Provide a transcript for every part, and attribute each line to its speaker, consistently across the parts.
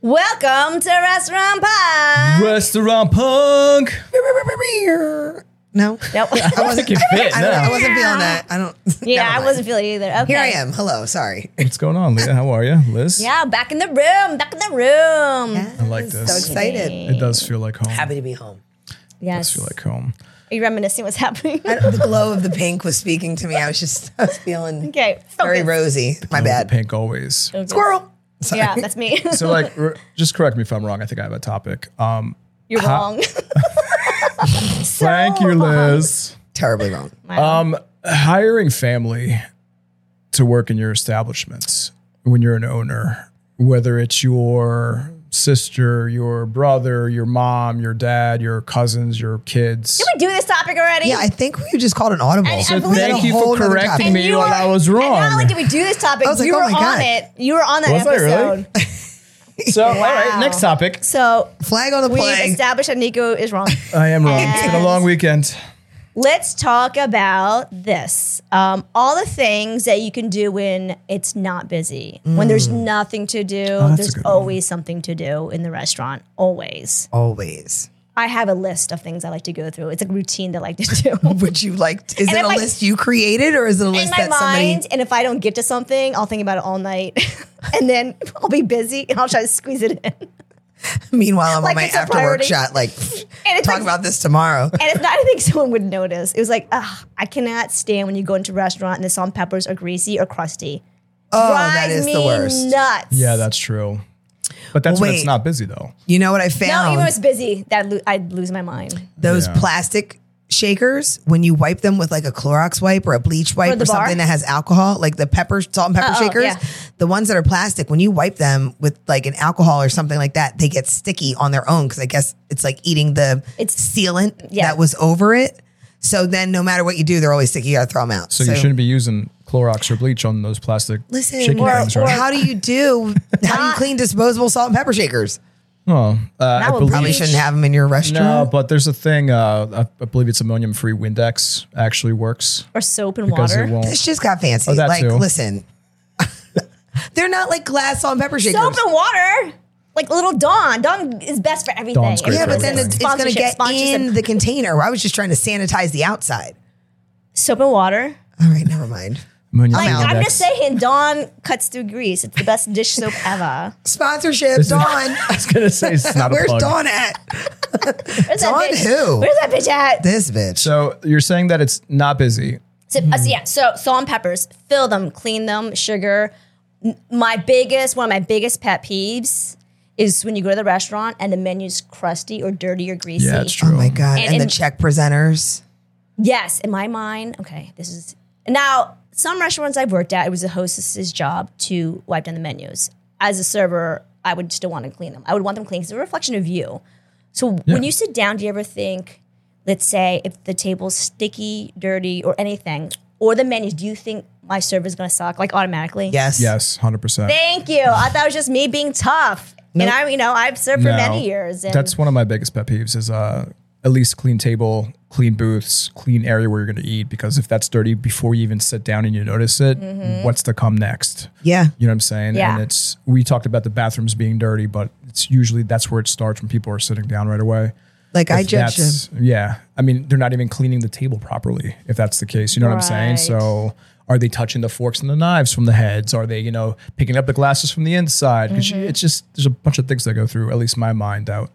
Speaker 1: Welcome to Restaurant Pod.
Speaker 2: Restaurant punk.
Speaker 3: No,
Speaker 1: Nope.
Speaker 3: I wasn't,
Speaker 2: It fit.
Speaker 3: I, don't, I
Speaker 2: No.
Speaker 3: wasn't feeling that. I don't. never
Speaker 1: yeah, I
Speaker 3: mind.
Speaker 1: wasn't feeling it either. Okay.
Speaker 3: Here I am. Hello. Sorry.
Speaker 2: What's going on, Leah? How are you, Liz?
Speaker 1: Yeah, back in the room. Back in the room. Yeah.
Speaker 2: I like
Speaker 3: So
Speaker 2: this.
Speaker 3: excited.
Speaker 2: It does feel like home.
Speaker 3: Happy to be home.
Speaker 2: It does
Speaker 1: Yes.
Speaker 2: feel like home.
Speaker 1: Are you reminiscing what's happening?
Speaker 3: I don't- the glow of the pink was speaking to me. I was just, I was feeling
Speaker 1: okay.
Speaker 3: very
Speaker 1: focus.
Speaker 3: rosy. My
Speaker 2: The
Speaker 3: bad.
Speaker 2: Pink always.
Speaker 3: Squirrel. Sorry.
Speaker 1: Yeah, that's me.
Speaker 2: So, like, r- just correct me if I'm wrong. I think I have a topic. Um,
Speaker 1: You're
Speaker 3: uh-huh.
Speaker 1: wrong.
Speaker 2: thank you,
Speaker 3: uh-huh.
Speaker 2: Liz.
Speaker 3: Terribly wrong.
Speaker 2: Um, hiring family to work in your establishment when you're an owner, whether it's your sister, your brother, your mom, your dad, your cousins, your kids.
Speaker 1: Did we do this topic already?
Speaker 3: Yeah, I think we just called an audible.
Speaker 1: And-
Speaker 2: So
Speaker 1: I believe-
Speaker 2: thank
Speaker 1: That's
Speaker 3: a
Speaker 2: you for
Speaker 3: whole nother
Speaker 2: correcting
Speaker 3: topic.
Speaker 2: me
Speaker 1: You
Speaker 2: while
Speaker 1: were-
Speaker 2: I was
Speaker 1: and
Speaker 2: wrong.
Speaker 1: not only did we do this topic,
Speaker 3: I was like,
Speaker 1: you
Speaker 3: oh
Speaker 1: were on
Speaker 3: my God.
Speaker 1: it. You were on that
Speaker 2: Was I
Speaker 1: episode.
Speaker 2: really? so, all right,
Speaker 1: Wow.
Speaker 2: next topic.
Speaker 1: So
Speaker 3: Flag on the
Speaker 1: we've
Speaker 3: play.
Speaker 1: established that Nico is wrong.
Speaker 3: Uh,
Speaker 2: I am wrong. It's been a long weekend.
Speaker 1: Let's talk about this. Um, all the things that you can do when it's not busy, when there's
Speaker 3: Mm.
Speaker 1: nothing to do.
Speaker 3: Oh,
Speaker 2: a
Speaker 1: there's
Speaker 2: good one.
Speaker 1: always something to do in the restaurant. Always.
Speaker 3: Always.
Speaker 1: I have a list of things I like to go through. It's a routine that I like to do.
Speaker 3: Would you like? Is
Speaker 1: And
Speaker 3: it
Speaker 1: I'm
Speaker 3: a
Speaker 1: like-
Speaker 3: list you created, or is it a
Speaker 1: in
Speaker 3: list
Speaker 1: my
Speaker 3: that somebody?
Speaker 1: mind, and if I don't get to something, I'll think about it all night, and then I'll be busy and I'll try to squeeze it in.
Speaker 3: Meanwhile, I'm
Speaker 1: Like,
Speaker 3: on my
Speaker 1: it's a
Speaker 3: after work
Speaker 1: priority.
Speaker 3: shot. Like,
Speaker 1: it's
Speaker 3: talk
Speaker 1: like-
Speaker 3: about this tomorrow.
Speaker 1: And it's not, I think someone would notice. It was like, ah, I cannot stand when you go into a restaurant and the salt and peppers are greasy or crusty.
Speaker 3: Oh,
Speaker 1: Drive
Speaker 3: that is
Speaker 1: me
Speaker 3: the worst.
Speaker 1: Nuts.
Speaker 2: Yeah, that's true. But that's when it's
Speaker 3: Wait.
Speaker 2: not busy though.
Speaker 3: You know what I
Speaker 1: No,
Speaker 3: found?
Speaker 1: even if it's busy, that lo- I'd lose my mind.
Speaker 3: those
Speaker 2: Yeah.
Speaker 3: plastic shakers when you wipe them with like a Clorox wipe or a bleach wipe
Speaker 1: the
Speaker 3: or something
Speaker 1: bar?
Speaker 3: that has alcohol, like the pepper salt and pepper
Speaker 1: Uh-oh,
Speaker 3: shakers.
Speaker 1: yeah.
Speaker 3: The ones that are plastic, when you wipe them with like an alcohol or something like that, they get sticky on their own because I guess it's like eating the
Speaker 1: It's-
Speaker 3: sealant
Speaker 1: yeah.
Speaker 3: that was over it. So then, no matter what you do, they're always sticky. You gotta throw them out.
Speaker 2: So, you shouldn't be using Clorox or bleach on those plastic
Speaker 3: listen.
Speaker 2: shaking
Speaker 3: or-
Speaker 2: things,
Speaker 3: or
Speaker 2: right?
Speaker 3: how do you do? How do you clean disposable salt and pepper shakers?
Speaker 2: Oh, uh, I
Speaker 1: would
Speaker 2: believe
Speaker 3: Probably
Speaker 1: Bleach.
Speaker 3: shouldn't have them in your
Speaker 2: no,
Speaker 3: restaurant.
Speaker 2: but there's a thing. Uh, I, I believe it's ammonium-free Windex actually works
Speaker 1: Or soap and
Speaker 2: because
Speaker 1: water.
Speaker 2: it won't.
Speaker 3: This just got fancy.
Speaker 2: Oh, that
Speaker 3: like,
Speaker 2: too.
Speaker 3: listen, they're not like glass salt and pepper shakers.
Speaker 1: Soap and water. Like little Dawn. Dawn is best for everything.
Speaker 2: Dawn's great
Speaker 3: Yeah,
Speaker 2: for
Speaker 3: but then
Speaker 2: everything.
Speaker 3: it's, it's going to
Speaker 1: Sponsorship,
Speaker 3: get
Speaker 1: sponsorship.
Speaker 3: in the container. I was just trying to sanitize the outside.
Speaker 1: soap and water.
Speaker 3: All right, never mind.
Speaker 2: Ammonium-free
Speaker 1: Like, I'm
Speaker 2: Windex.
Speaker 1: just saying, Dawn cuts through grease. It's the best dish soap ever.
Speaker 3: Sponsorship,
Speaker 2: This is-
Speaker 3: Dawn.
Speaker 2: I was gonna say it's not
Speaker 3: Where's
Speaker 2: a plug.
Speaker 3: Dawn at?
Speaker 1: Where's
Speaker 3: Dawn
Speaker 1: that bitch?
Speaker 3: who?
Speaker 1: Where's that bitch at?
Speaker 3: This bitch.
Speaker 2: So you're saying that it's not busy.
Speaker 1: So, uh, so yeah, so salt and peppers, fill them, clean them, sugar. M- My biggest, one of my biggest pet peeves is when you go to the restaurant and the menu's crusty or dirty or greasy.
Speaker 2: Yeah, it's true.
Speaker 3: Oh my god!
Speaker 1: And-
Speaker 3: And, the
Speaker 1: and-
Speaker 3: check presenters.
Speaker 1: Yes, in my mind, okay, this is now some restaurants I've worked at, it was the hostess's job to wipe down the menus. As a server, I would still want to clean them. I would want them clean because they're a reflection of you. So when you sit down, do you ever think, let's say, if the table's sticky, dirty, or anything, or the menus, do you think my server is going to suck like automatically?
Speaker 3: Yes.
Speaker 2: Yes, hundred percent.
Speaker 1: Thank you. I thought it was just me being tough. And I, you know, I've served for
Speaker 2: No.
Speaker 1: many years. And
Speaker 2: That's one of my biggest pet peeves is uh, at least clean table, clean booths, clean area where you're going to eat. Because if that's dirty before you even sit down and you notice it, what's to come next?
Speaker 3: Yeah.
Speaker 2: You know what I'm saying?
Speaker 1: Mm-hmm. Yeah.
Speaker 2: And it's, we talked about the bathrooms being dirty, but it's usually that's where it starts when people are sitting down right away.
Speaker 3: Like I
Speaker 2: If
Speaker 3: judge them.
Speaker 2: that's- Yeah. I mean, they're not even cleaning the table properly, if that's the case. You know what I'm saying?
Speaker 1: Right.
Speaker 2: So are they touching the forks and the knives from the heads? Are they, you know, picking up the glasses from the inside? 'Cause
Speaker 3: Mm-hmm.
Speaker 2: you- it's just, there's a bunch of things that go through, at least my mind out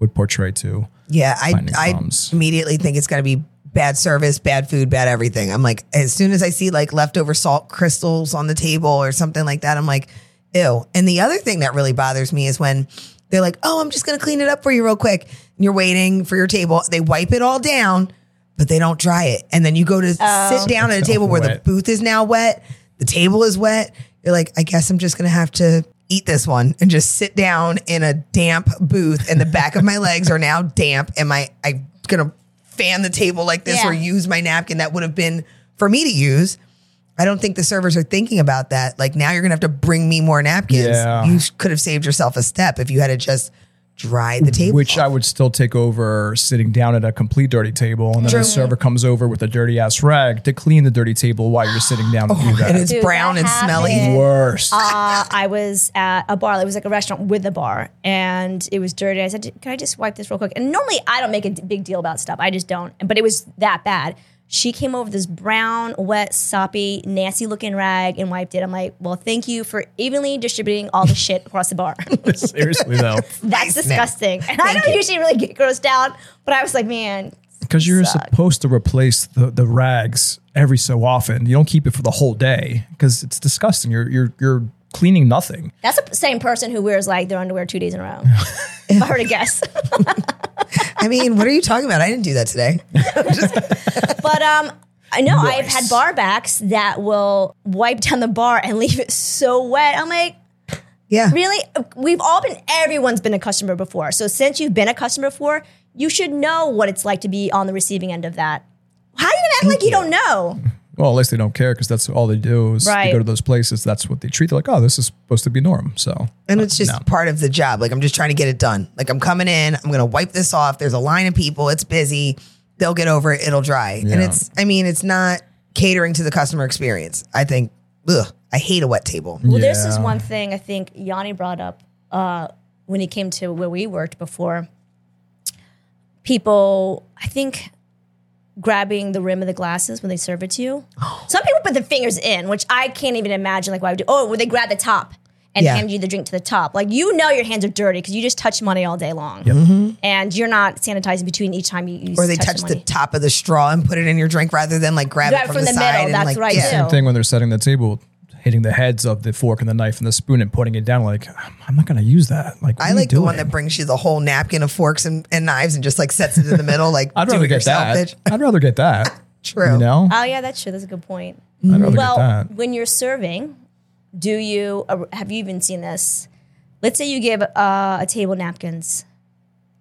Speaker 2: would portray to.
Speaker 3: Yeah, I,
Speaker 2: finding
Speaker 3: I
Speaker 2: crumbs.
Speaker 3: immediately think it's going to be bad service, bad food, bad everything. I'm like, as soon as I see like leftover salt crystals on the table or something like that, I'm like, ew. And the other thing that really bothers me is when they're like, oh, I'm just going to clean it up for you real quick. And you're waiting for your table. They wipe it all down, but they don't dry it. And then you go to sit down at a
Speaker 2: It's
Speaker 3: table where the
Speaker 2: wet.
Speaker 3: booth is now wet, the table is wet. You're like, I guess I'm just gonna have to eat this one and just sit down in a damp booth, and the back of my legs are now damp. Am I? I'm gonna fan the table like this
Speaker 1: Yeah.
Speaker 3: or use my napkin that would have been for me to use. I don't think the servers are thinking about that. Like now, you're gonna have to bring me more napkins.
Speaker 2: Yeah.
Speaker 3: You sh- could have saved yourself a step if you had to just dry the table.
Speaker 2: Which I would still take over sitting down at a complete dirty table, and then the server comes over with a dirty ass rag to clean the dirty table while you're sitting down to do
Speaker 3: Oh, and
Speaker 2: that.
Speaker 3: it's
Speaker 1: Dude,
Speaker 3: brown
Speaker 1: that
Speaker 3: and smelly.
Speaker 1: happened.
Speaker 2: Worst.
Speaker 1: uh, I was at a bar. It was like a restaurant with a bar, and it was dirty. I said, "Can I just wipe this real quick?" And normally, I don't make a d- big deal about stuff. I just don't. But it was that bad. She came over with this brown, wet, soppy, nasty-looking rag and wiped it. I'm like, "Well, thank you for evenly distributing all the shit across the bar."
Speaker 2: Seriously though,
Speaker 1: That's disgusting. And I don't usually really get grossed out, but I was like, "Man,
Speaker 2: because you're
Speaker 1: Suck.
Speaker 2: supposed to replace the, the rags every so often. You don't keep it for the whole day because it's disgusting. You're you're you're cleaning nothing.
Speaker 1: that's the same person who wears like their underwear two days in a row." if I were to guess.
Speaker 3: I mean, what are you talking about? I didn't do that today.
Speaker 1: But um, I know I've
Speaker 2: Nice.
Speaker 1: had bar backs that will wipe down the bar and leave it so wet. I'm like,
Speaker 3: Yeah.
Speaker 1: really? We've all been, everyone's been a customer before. So since you've been a customer before, you should know what it's like to be on the receiving end of that. How are you gonna act like you don't know?
Speaker 2: Well, at least they don't care because that's all they do is
Speaker 1: Right.
Speaker 2: they go to those places. That's what they treat. They're like, oh, this is supposed to be norm. So
Speaker 3: And it's just part of the job. Like I'm just trying to get it done. Like I'm coming in, I'm gonna wipe this off. There's a line of people, it's busy, they'll get over it, it'll dry. And it's I mean, it's not catering to the customer experience. I think ugh, I hate a wet table.
Speaker 1: Well, this is
Speaker 2: Yeah.
Speaker 1: one thing I think Yanni brought up uh, when he came to where we worked before. People, I think, grabbing the rim of the glasses when they serve it to you. Some people put their fingers in, which I can't even imagine. Like, why would you? Oh, well, they grab the top and
Speaker 3: Yeah.
Speaker 1: hand you the drink to the top. Like, you know, your hands are dirty because you just touch money all day long, and you're not sanitizing between each time you. you
Speaker 3: Mm-hmm. Or they touch the,
Speaker 1: money.
Speaker 3: top of the straw and put it in your drink rather than like grab it
Speaker 1: Grab
Speaker 3: from, the, side.
Speaker 1: middle.
Speaker 3: and,
Speaker 1: That's
Speaker 3: like,
Speaker 1: right.
Speaker 3: yeah.
Speaker 1: Too.
Speaker 2: thing when they're setting the table, hitting the heads of the fork and the knife and the spoon and putting it down, like I'm not going to use that. Like what
Speaker 3: I
Speaker 2: are you
Speaker 3: like the one
Speaker 2: doing?
Speaker 3: that brings you the whole napkin of forks and, and knives and just like sets it in the middle. Like
Speaker 2: I'd
Speaker 3: do
Speaker 2: rather
Speaker 3: it
Speaker 2: get
Speaker 3: yourself,
Speaker 2: that.
Speaker 3: bitch.
Speaker 2: I'd rather get that.
Speaker 3: True.
Speaker 2: You know,
Speaker 1: Oh yeah, that's true. That's a good point.
Speaker 2: I'd rather
Speaker 1: well,
Speaker 2: get that.
Speaker 1: when you're serving, do you uh, have you even seen this? Let's say you give uh, a table napkins,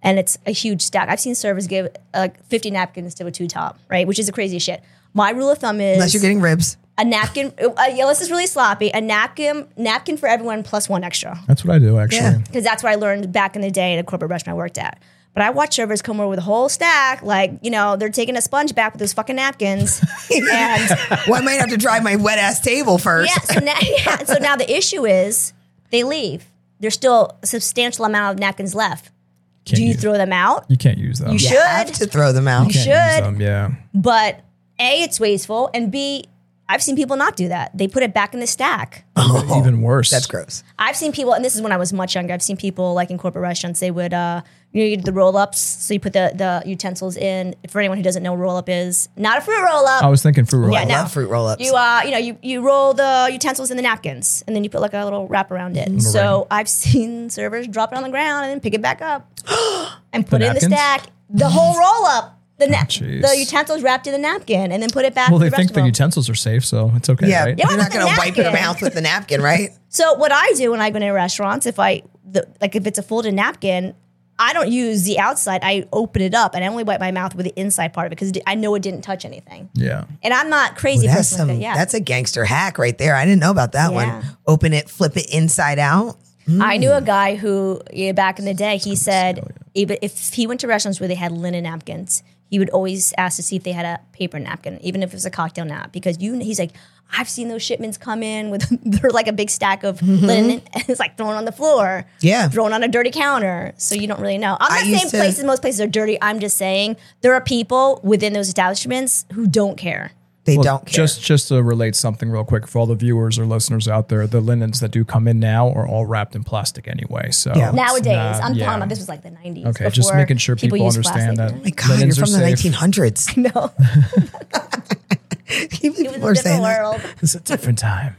Speaker 1: and it's a huge stack. I've seen servers give uh, 50 napkins to a two top, right? Which is the craziest shit. My rule of thumb is
Speaker 3: Unless you're getting ribs.
Speaker 1: a napkin. Uh, yeah, this is really sloppy. A napkin, napkin for everyone plus one extra
Speaker 2: That's what I do actually.
Speaker 3: Yeah.
Speaker 1: because that's what I learned back in the day at a corporate restaurant I worked at. But I watched servers come over with a whole stack, like you know they're taking a sponge back with those fucking napkins, and
Speaker 3: Well, I might have to dry my wet ass table first.
Speaker 1: Yeah. So now, yeah, so now the issue is they leave. There's still a substantial amount of napkins left.
Speaker 2: Can't
Speaker 1: Do you
Speaker 2: use-
Speaker 1: throw them out?
Speaker 2: You can't use them.
Speaker 1: You
Speaker 3: You have
Speaker 1: Should.
Speaker 3: to throw them out.
Speaker 1: You
Speaker 2: Can't use
Speaker 1: should.
Speaker 2: them, Yeah.
Speaker 1: But A, it's wasteful. And B, I've seen people not do that. They put it back in the stack.
Speaker 2: Even worse.
Speaker 3: That's gross.
Speaker 1: I've seen people, and this is when I was much younger. I've seen people like in corporate restaurants, they would, uh, you know, you do the roll ups. So you put the, the utensils in. For anyone who doesn't know what roll up is, not a fruit roll up.
Speaker 2: I was thinking fruit roll.
Speaker 1: Yeah,
Speaker 3: I
Speaker 1: no.
Speaker 3: love fruit roll ups.
Speaker 1: You uh, you know, you you roll the utensils in the napkins, and then you put like a little wrap around
Speaker 2: Mm-hmm.
Speaker 1: it. So I've seen servers drop it on the ground and then pick it back up and put
Speaker 2: The
Speaker 1: it in the
Speaker 2: napkins? Oh,
Speaker 1: stack. The whole roll up, the nap,
Speaker 2: jeez.
Speaker 1: the utensils wrapped in the napkin, and then put it back.
Speaker 2: Well,
Speaker 1: in
Speaker 2: they
Speaker 1: the
Speaker 2: think
Speaker 1: rest
Speaker 2: the
Speaker 1: of them.
Speaker 2: utensils are safe, so it's okay,
Speaker 3: Yeah,
Speaker 2: right?
Speaker 3: you're
Speaker 1: but
Speaker 3: not
Speaker 1: the
Speaker 3: going to wipe your
Speaker 1: napkin.
Speaker 3: mouth with the napkin, right?
Speaker 1: So what I do when I go to restaurants, if I the, like if it's a folded napkin, I don't use the outside. I open it up and I only wipe my mouth with the inside part of it because I know it didn't touch anything.
Speaker 2: Yeah.
Speaker 1: And I'm not crazy.
Speaker 3: That's
Speaker 1: person
Speaker 3: some.
Speaker 1: like that. Yeah,
Speaker 3: That's a gangster hack right there. I didn't know about that
Speaker 1: Yeah.
Speaker 3: one. Open it, flip it inside out.
Speaker 1: I knew
Speaker 2: Mm.
Speaker 1: a guy who yeah, back in the day he said even if he went to restaurants where they had linen napkins, he would always ask to see if they had a paper napkin, even if it was a cocktail nap, because you he's like, I've seen those shipments come in with they're like a big stack of
Speaker 2: Mm-hmm.
Speaker 1: linen and it's like thrown on the floor.
Speaker 3: Yeah.
Speaker 1: Thrown on a dirty counter. So you don't really know. I'm
Speaker 3: I
Speaker 1: not
Speaker 3: used
Speaker 1: saying
Speaker 3: to-
Speaker 1: places most places are dirty. I'm just saying there are people within those establishments who don't care.
Speaker 3: They
Speaker 2: Well,
Speaker 3: don't care.
Speaker 2: Just just to relate something real quick for all the viewers or listeners out there, the linens that do come in now are all wrapped in plastic anyway. So
Speaker 3: Yeah.
Speaker 2: it's
Speaker 1: Nowadays,
Speaker 2: not-
Speaker 1: I'm
Speaker 2: yeah.
Speaker 1: talking about this was like the 90s.
Speaker 2: Okay, just
Speaker 1: before
Speaker 2: making sure people
Speaker 1: used
Speaker 2: understand
Speaker 1: plastic.
Speaker 2: that.
Speaker 3: My God,
Speaker 2: linens
Speaker 3: you're
Speaker 2: are
Speaker 3: from the
Speaker 2: safe.
Speaker 3: 1900s.
Speaker 1: No,
Speaker 3: People
Speaker 1: it was
Speaker 3: are
Speaker 1: a different
Speaker 3: saying that
Speaker 1: world.
Speaker 2: It's a different time.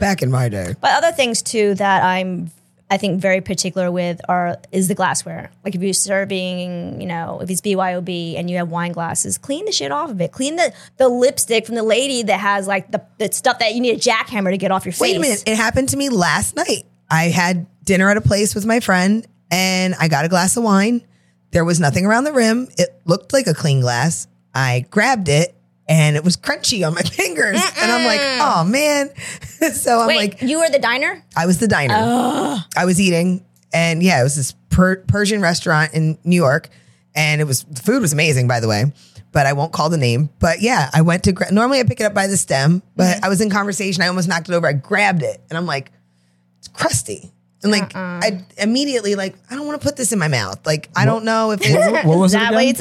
Speaker 3: back in my day.
Speaker 1: But other things too that I'm, I think, very particular with are is the glassware. Like if you're serving, you know, if it's BYOB and you have wine glasses, clean the shit off of it. Clean the the lipstick from the lady that has like the, the stuff that you need a jackhammer to get off your face.
Speaker 3: Wait a minute. It happened to me last night. I had dinner at a place with my friend and I got a glass of wine. There was nothing around the rim. It looked like a clean glass. I grabbed it and it was crunchy on my fingers. And I'm like, oh man. so I'm
Speaker 1: Wait,
Speaker 3: like,
Speaker 1: you were the diner?
Speaker 3: I was the diner. I was eating. And yeah, it was this per- Persian restaurant in New York, and it was the food was amazing, by the way. But I won't call the name. But yeah, I went to gra- normally I pick it up by the stem, but I was in conversation. I almost knocked it over. I grabbed it, and I'm like, it's crusty. And like I immediately like I don't want to put this in my mouth. Like I don't know if it's
Speaker 2: What was
Speaker 1: Is that
Speaker 2: it
Speaker 1: what you
Speaker 2: again?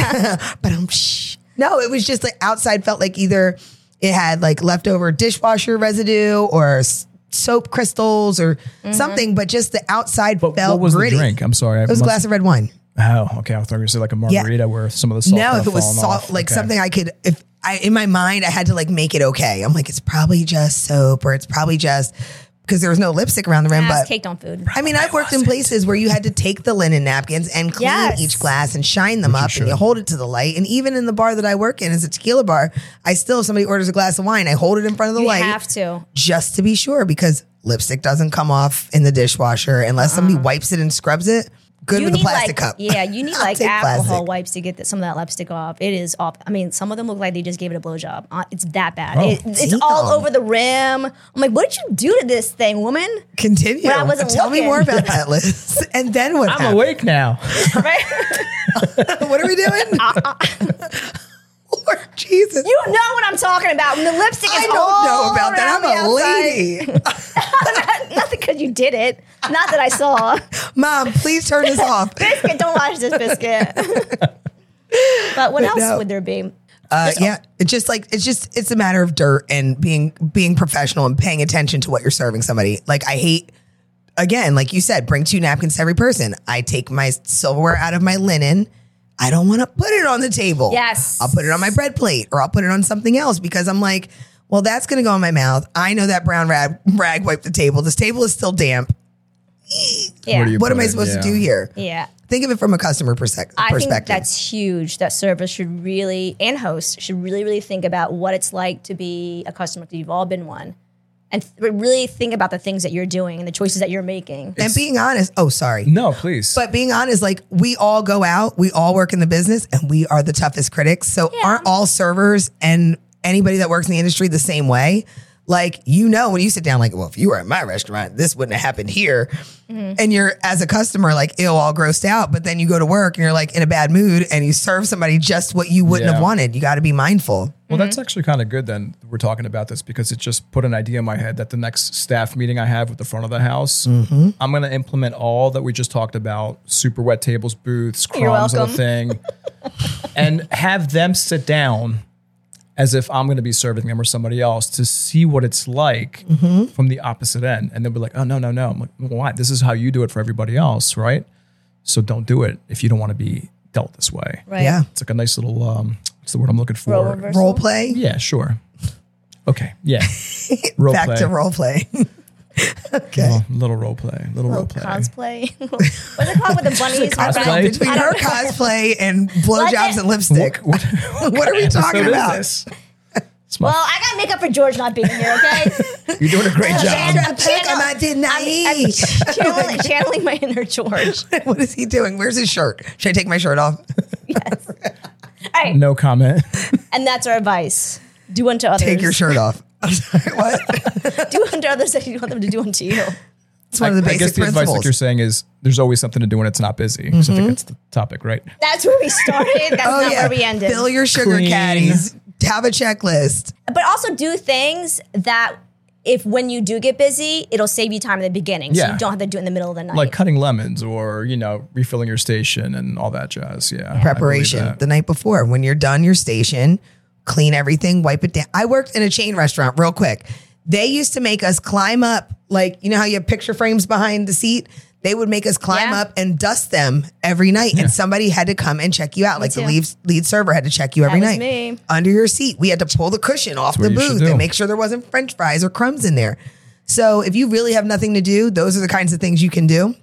Speaker 1: tell them?
Speaker 3: but I'm shh. No, it was just like outside felt like either it had like leftover dishwasher residue or s- soap crystals or something, but just the outside
Speaker 2: What-
Speaker 3: felt
Speaker 2: what was
Speaker 3: gritty.
Speaker 2: the drink? I'm sorry. I
Speaker 3: It was a
Speaker 2: must-
Speaker 3: glass of red wine.
Speaker 2: Oh, okay. I thought you were gonna say like a margarita where some of the salt.
Speaker 3: no,
Speaker 2: kinda
Speaker 3: if it was
Speaker 2: fallen
Speaker 3: salt,
Speaker 2: off.
Speaker 3: like
Speaker 2: Okay.
Speaker 3: something I could, if I, in my mind, I had to like make it okay. I'm like, it's probably just soap or it's probably just because there was no lipstick around the rim,
Speaker 1: Ass
Speaker 3: but
Speaker 1: caked on food.
Speaker 3: I mean, I've worked in places where you had to take the linen napkins and clean
Speaker 1: Yes.
Speaker 3: each glass and shine them up and you hold it to the light. And even in the bar that I work in, is a tequila bar, I still, if somebody orders a glass of wine, I hold it in front of the
Speaker 1: You
Speaker 3: light
Speaker 1: have to.
Speaker 3: just to be sure because lipstick doesn't come off in the dishwasher unless somebody wipes it and scrubs it. Good
Speaker 1: Uh-huh. You
Speaker 3: with a
Speaker 1: need
Speaker 3: plastic
Speaker 1: like
Speaker 3: cup.
Speaker 1: yeah, you need
Speaker 3: I'll
Speaker 1: like
Speaker 3: take
Speaker 1: alcohol
Speaker 3: plastic.
Speaker 1: wipes to get that, some of that lipstick off. It is off. I mean, some of them look like they just gave it a blowjob. Uh, It's that bad.
Speaker 2: Oh.
Speaker 1: It- it's
Speaker 3: Damn.
Speaker 1: all over the rim. I'm like, what did you do to this thing, woman?
Speaker 3: Continue.
Speaker 1: When I wasn't
Speaker 3: Tell me
Speaker 1: looking.
Speaker 3: more about that, Liz. And then what?
Speaker 2: I'm
Speaker 3: happened?
Speaker 2: awake now.
Speaker 1: Right?
Speaker 3: What are we doing? Lord Jesus.
Speaker 1: you know what I'm talking about. When the lipstick is
Speaker 3: I don't
Speaker 1: all
Speaker 3: know about that.
Speaker 1: around
Speaker 3: I'm
Speaker 1: the
Speaker 3: a
Speaker 1: outside.
Speaker 3: lady.
Speaker 1: Nothing because you did it. Not that I saw.
Speaker 3: Mom, please turn this off.
Speaker 1: biscuit, don't watch this biscuit. but what else
Speaker 3: no.
Speaker 1: would there be?
Speaker 3: Uh, yeah, it's just like it's just it's a matter of dirt and being being professional and paying attention to what you're serving somebody. Like I hate again, like you said, bring two napkins to every person. I take my silverware out of my linen. I don't want to put it on the table.
Speaker 1: Yes.
Speaker 3: I'll put it on my bread plate or I'll put it on something else because I'm like, well, that's going to go in my mouth. I know that brown rag, rag wiped the table. This table is still damp.
Speaker 1: Yeah.
Speaker 2: What do you-
Speaker 3: What am
Speaker 2: put
Speaker 3: I
Speaker 2: it-
Speaker 3: supposed
Speaker 2: yeah.
Speaker 3: to do here?
Speaker 1: yeah.
Speaker 3: Think of it from a customer perse-
Speaker 1: I think
Speaker 3: perspective.
Speaker 1: that's huge. That service should really, and hosts should really, really think about what it's like to be a customer because you've all been one. And th- really think about the things that you're doing and the choices that you're making.
Speaker 3: and being honest. Oh, sorry.
Speaker 2: No, please.
Speaker 3: But being honest, like we all go out, we all work in the business, and we are the toughest critics. So aren't all servers and anybody that works in the industry the same way? Like you know, when you sit down, like, well, if you were at my restaurant, this wouldn't have happened here. And you're as a customer, like, ill, all grossed out. But then you go to work and you're like in a bad mood, and you serve somebody just what you wouldn't
Speaker 2: Yeah.
Speaker 3: have wanted. You got to be mindful.
Speaker 2: Well,
Speaker 1: Mm-hmm.
Speaker 2: that's actually kind of good then. We're talking about this because it just put an idea in my head that the next staff meeting I have with the front of the house, I'm going to implement all that we just talked about super wet tables, booths,
Speaker 1: You're
Speaker 2: crumbs on the
Speaker 1: welcome.
Speaker 2: thing, and have them sit down as if I'm going to be serving them or somebody else to see what it's like from the opposite end. And they'll be like, oh, no, no, no. I'm like, why? This is how you do it for everybody else, right? So don't do it if you don't want to be dealt this way.
Speaker 1: Right.
Speaker 3: Yeah,
Speaker 2: It's like a nice little, um, what's the word I'm looking for?
Speaker 1: Role reversal.
Speaker 3: role play.
Speaker 2: Yeah, sure. Okay. Yeah. Role
Speaker 3: Back
Speaker 2: play.
Speaker 3: to role play. okay.
Speaker 2: Well, little role play. Little role
Speaker 1: Little
Speaker 2: play.
Speaker 1: cosplay. What's it called with the bunnies?
Speaker 2: Cosplay?
Speaker 3: Between her cosplay and blowjobs and lipstick,
Speaker 2: What,
Speaker 3: what are we talking about?
Speaker 1: Well, I got makeup for George not being here, okay?
Speaker 2: You're doing a great job.
Speaker 1: I'm channeling-
Speaker 3: I did not
Speaker 1: I'm
Speaker 3: eat.
Speaker 1: channeling, channeling my inner George.
Speaker 3: what is he doing? Where's his shirt? Should I take my shirt off?
Speaker 1: Yes. All right.
Speaker 2: No comment.
Speaker 1: And that's our advice. Do unto others.
Speaker 3: Take your shirt off. I'm sorry, what?
Speaker 1: Do unto others that you want them to do unto you.
Speaker 3: It's one of the
Speaker 2: I
Speaker 3: basic
Speaker 2: guess the advice
Speaker 3: principles. Mm-hmm.
Speaker 2: like you're saying is there's always something to do when it's not busy. 'cause I think that's the topic, right?
Speaker 1: That's where we started. That's
Speaker 3: Oh,
Speaker 1: not where we ended.
Speaker 3: Fill your sugar
Speaker 2: Clean.
Speaker 3: caddies. Have a checklist.
Speaker 1: but also do things that if when you do get busy, it'll save you time in the beginning. So
Speaker 2: Yeah.
Speaker 1: you don't have to do it in the middle of the night.
Speaker 2: Like cutting lemons or, you know, refilling your station and all that jazz. Yeah. I believe
Speaker 3: preparation
Speaker 2: that.
Speaker 3: the night before. When you're done your station, clean everything, wipe it down. I worked in a chain restaurant real quick. They used to make us climb up, like, you know how you have picture frames behind the seat? They would make us climb
Speaker 1: Yeah.
Speaker 3: up and dust them every night. And somebody had to come and check you out. like the
Speaker 1: too.
Speaker 3: lead, lead server had to check you every
Speaker 1: was
Speaker 3: night.
Speaker 1: me.
Speaker 3: Under your seat, we had to pull the cushion off the
Speaker 2: what you should
Speaker 3: booth and
Speaker 2: do.
Speaker 3: make sure there wasn't french fries or crumbs in there. So if you really have nothing to do, those are the kinds of things you can do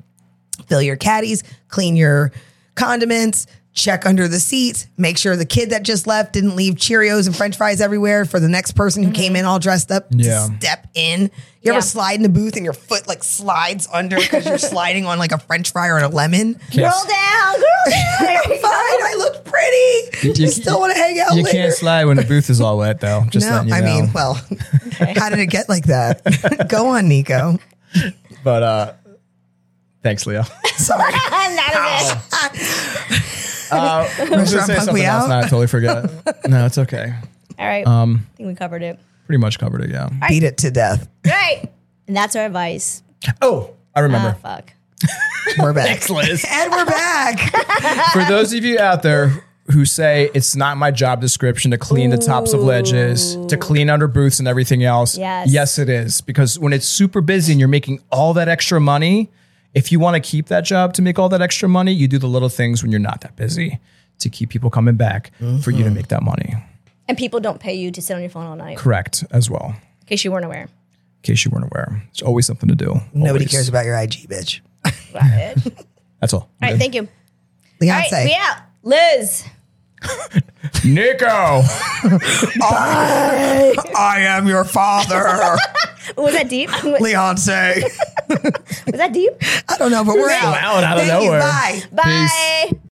Speaker 3: fill your caddies, clean your condiments, check under the seats, make sure the kid that just left didn't leave Cheerios and French fries everywhere for the next person who came in all dressed up. to
Speaker 2: Yeah.
Speaker 3: step in. You ever
Speaker 1: Yeah.
Speaker 3: slide in the booth and your foot like slides under because you're sliding on like a French fry or a lemon?
Speaker 1: Roll down, girl down. There
Speaker 3: I'm
Speaker 1: you
Speaker 3: fine.
Speaker 1: go.
Speaker 3: I look pretty.
Speaker 2: You-
Speaker 3: You, still want to hang out
Speaker 2: You
Speaker 3: later?
Speaker 2: can't slide when the booth is all wet, though. Just
Speaker 3: no,
Speaker 2: letting you
Speaker 3: I
Speaker 2: know.
Speaker 3: mean, well, how did it get like that? Go on, Nico.
Speaker 2: But uh, Thanks, Leo.
Speaker 3: Sorry.
Speaker 1: Not a bit.
Speaker 2: Uh, I was going to
Speaker 3: Restaurant
Speaker 2: say
Speaker 3: punk
Speaker 2: something
Speaker 3: me
Speaker 2: else,
Speaker 3: out?
Speaker 2: and I totally forgot. no, it's okay.
Speaker 1: All right. Um, I think we covered it.
Speaker 2: Pretty much covered it. Yeah.
Speaker 3: Beat it to death.
Speaker 1: Right. And that's our advice.
Speaker 2: Oh, I
Speaker 1: Ah,
Speaker 2: remember.
Speaker 1: fuck.
Speaker 3: We're back.
Speaker 2: Liz.
Speaker 3: and we're back.
Speaker 2: For those of you out there who say it's not my job description to clean the tops of ledges, to clean under booths and everything else,
Speaker 1: Yes.
Speaker 2: it is. Because when it's super busy and you're making all that extra money, if you want to keep that job to make all that extra money, you do the little things when you're not that busy to keep people coming back for you to make that money.
Speaker 1: And people don't pay you to sit on your phone all night,
Speaker 2: Correct, as well,
Speaker 1: in case you weren't aware.
Speaker 2: in case you weren't aware. There's always something to do.
Speaker 3: Nobody
Speaker 2: Always.
Speaker 3: cares about your IG, bitch.
Speaker 1: Got it. all
Speaker 2: That's all.
Speaker 1: right. Thank you. All right.
Speaker 3: Beyonce.
Speaker 1: We out. Liz.
Speaker 2: Nico.
Speaker 3: I am your father,
Speaker 1: Was that deep? Was
Speaker 3: Beyonce.
Speaker 1: that deep?
Speaker 3: I don't know, but we're out.
Speaker 2: Wow, out of
Speaker 3: Thank you.
Speaker 2: nowhere.
Speaker 3: Bye.
Speaker 1: Bye.